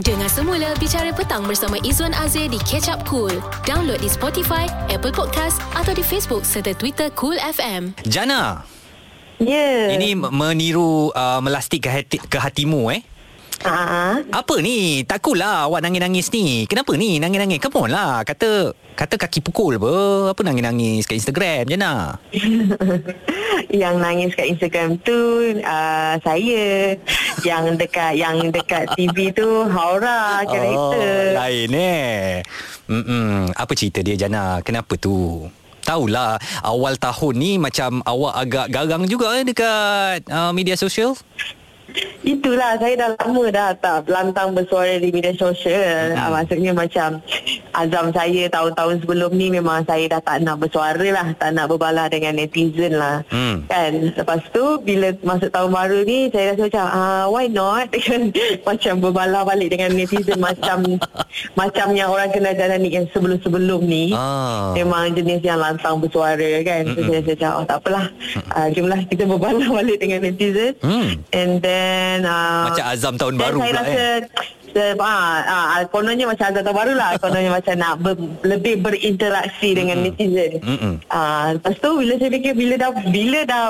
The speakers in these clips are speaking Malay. Dengar semula Bicara Petang bersama Izwan Azir di Catch Up Cool. Download di Spotify, Apple Podcast atau di Facebook serta Twitter Cool FM. Jana, Ya. ini m- meniru uh, melastik ke, hati, ke hatimu eh. Ah, Apa ni? Takulah awak nangis-nangis ni. Kenapa ni nangis-nangis? Come on lah. Kata kata kaki pukul apa? Apa nangis-nangis kat Instagram Jana? yang nangis kat Instagram tu ah, saya. yang dekat yang dekat TV tu Oh, Haura karakter. lain eh. Mm-mm. Apa cerita dia Jana? Kenapa tu? Tahulah awal tahun ni macam awak agak garang juga eh dekat uh, media sosial. Itulah saya dah lama dah tak lantang bersuara di media sosial. Hmm. Ah, maksudnya macam azam saya tahun-tahun sebelum ni memang saya dah tak nak bersuara lah, tak nak berbalah dengan netizen lah. Hmm. Kan Lepas tu Bila masuk tahun baru ni Saya rasa macam ah, Why not Kan? Macam berbalah balik Dengan netizen Macam Macam yang orang kena jalani Yang sebelum-sebelum ni Ah. Memang jenis yang lantang bersuara kan So saya rasa macam Oh tak apalah uh, Jomlah kita berbalah balik Dengan netizen Hmm. And then uh, Macam azam tahun dan baru saya pula, rasa eh. se- ah, ah, kononnya macam Azam tahun baru lah Kononnya macam nak ber, Lebih berinteraksi Dengan netizen Mm-mm. ah, Lepas tu Bila saya fikir Bila dah Bila dah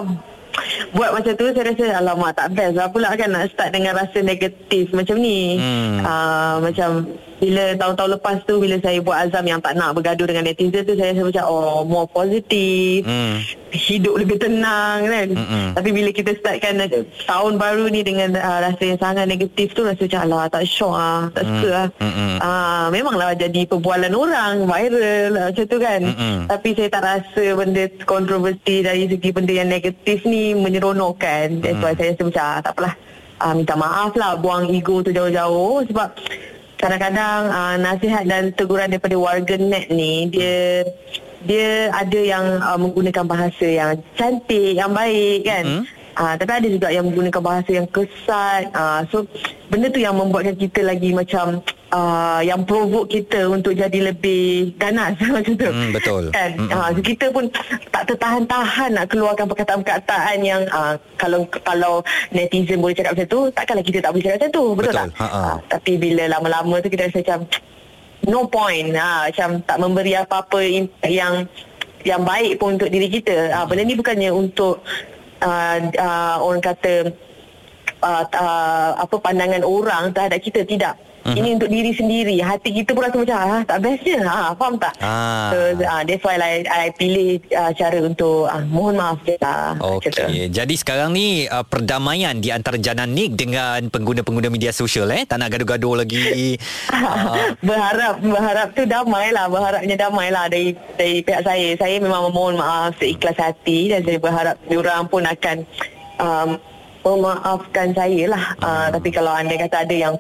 Buat macam tu Saya rasa Alamak tak best lah pula kan Nak start dengan rasa negatif Macam ni Hmm. ah, Macam Bila tahun-tahun lepas tu Bila saya buat azam Yang tak nak bergaduh Dengan netizen tu Saya rasa macam Oh more positif Hmm. hidup lebih tenang kan Mm-mm. tapi bila kita startkan eh, tahun baru ni dengan uh, rasa yang sangat negatif tu rasa macam alah tak syok ah tak suka Hmm. ah Mm-mm. uh, memanglah jadi perbualan orang viral ah, macam tu kan Mm-mm. tapi saya tak rasa benda kontroversi dari segi benda yang negatif ni menyeronokkan that's why saya rasa macam ah, tak apalah uh, minta maaf lah buang ego tu jauh-jauh sebab kadang-kadang uh, nasihat dan teguran daripada warga net ni dia dia ada yang uh, menggunakan bahasa yang cantik, yang baik kan. Mhm. Ah, tapi ada juga yang menggunakan bahasa yang kesat. Ah, so benda tu yang membuatkan kita lagi macam ah, yang provoke kita untuk jadi lebih ganas macam tu. Hmm, betul. Kan? Mm-mm. Ah, so kita pun tak tertahan-tahan nak keluarkan perkataan-perkataan yang ah, kalau kalau netizen boleh cakap macam tu, takkanlah kita tak boleh cakap macam tu. Betul. Betul, Ha, tak? Ha-ha. Ah, tapi bila lama-lama tu kita rasa macam no point ha, macam tak memberi apa-apa in- yang yang baik pun untuk diri kita ha, benda ni bukannya untuk uh, uh, orang kata uh, uh, apa pandangan orang terhadap kita tidak Mhm. ini untuk diri sendiri hati kita pun rasa macam ah, tak best je ha, faham tak Ah. so uh, that's why I, I pilih uh, cara untuk uh, mohon maaf je lah macam tu. Okey. Jadi sekarang ni uh, perdamaian di antara Jana Nick dengan pengguna-pengguna media sosial eh. Tak nak gaduh-gaduh lagi. uh, berharap berharap tu damai lah berharapnya damai lah dari dari pihak saya saya memang memohon maaf seikhlas hati dan saya berharap diorang pun akan um, memaafkan saya lah uh, tapi kalau anda kata ada yang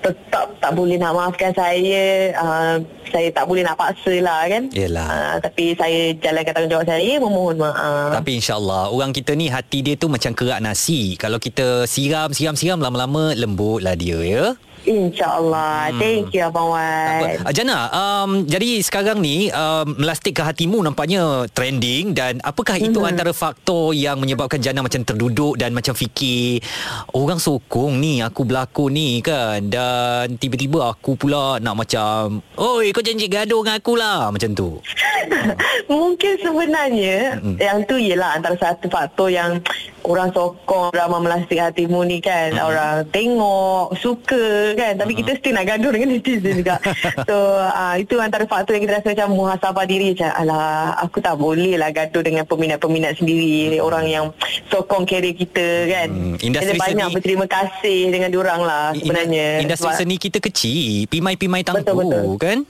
tetap tak boleh nak maafkan saya uh, saya tak boleh nak paksa lah kan Yelah. uh, tapi saya jalankan tanggungjawab saya memohon maaf tapi insyaAllah Orang kita ni Hati dia tu macam kerak nasi Kalau kita siram Siram siram Lama-lama lembut lah dia ya InsyaAllah Thank you Hmm. Abang Apa? Wan Ah, Jana um, Jadi sekarang ni um, Melastik ke hatimu Nampaknya trending Dan apakah Mhm. itu antara faktor Yang menyebabkan Jana macam terduduk Dan macam fikir Orang sokong ni Aku berlakon ni kan Dan tiba-tiba aku pula Nak macam Oi kau janji gaduh dengan aku lah Macam tu Mungkin sebenarnya mm-hmm. Yang tu ialah Antara satu faktor yang Orang sokong Drama Melastik Hatimu ni kan mm-hmm. Orang tengok Suka kan Tapi mm-hmm. kita still nak gaduh Dengan netizen juga So uh, Itu antara faktor yang kita rasa Macam muhasabah diri Macam alah Aku tak boleh lah Gaduh dengan peminat-peminat sendiri mm-hmm. Orang yang Sokong kerja kita kan Mm, mm-hmm. industri banyak seni- berterima kasih Dengan diorang lah Sebenarnya Industri Sebab- seni kita kecil Pimai-pimai tangguh Betul, betul. kan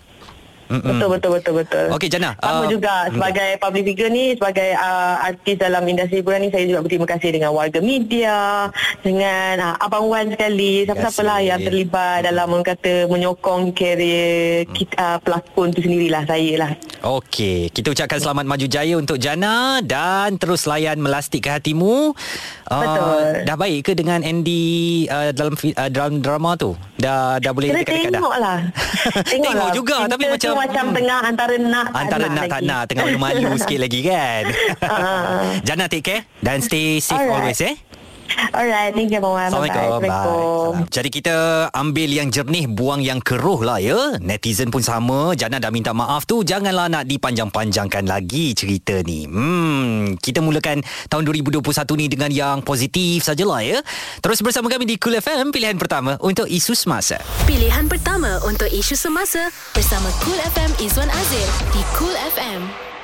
Mm-mm. Betul betul betul betul. Hmm. Okey, Jana, Sama ah, juga sebagai public figure ni sebagai uh, artis dalam industri hiburan ni saya juga berterima kasih dengan warga media, dengan uh, abang Wan sekali, siapa-siapalah kasih. yang terlibat dalam orang kata menyokong kerjaya Hmm. kita uh, pelakon tu sendirilah saya lah. Okey, kita ucapkan selamat maju jaya untuk Jana dan terus layan melastik ke hatimu. Ah, Betul. dah baik ke dengan Andy uh, dalam fi- uh, dalam drama tu? Dah dah boleh Kena dekat-dekat dah. tengok lah Tengok juga, tapi Kita macam- tu macam hmm. tengah Antara nak tak Antara nak tak lagi. nak Tengah malu-malu sikit lagi kan Ah. Jana take care Dan stay safe Alright. always eh Alright, thank you Mama. Assalamualaikum. Bye. Salam. Jadi kita ambil yang jernih, buang yang keruh lah ya. Netizen pun sama. Jana dah minta maaf tu. Janganlah nak dipanjang-panjangkan lagi cerita ni. Hmm, kita mulakan tahun 2021 ni dengan yang positif sajalah ya. Terus bersama kami di Cool FM pilihan pertama untuk isu semasa. Pilihan pertama untuk isu semasa bersama Cool FM Izwan Azir di Cool FM.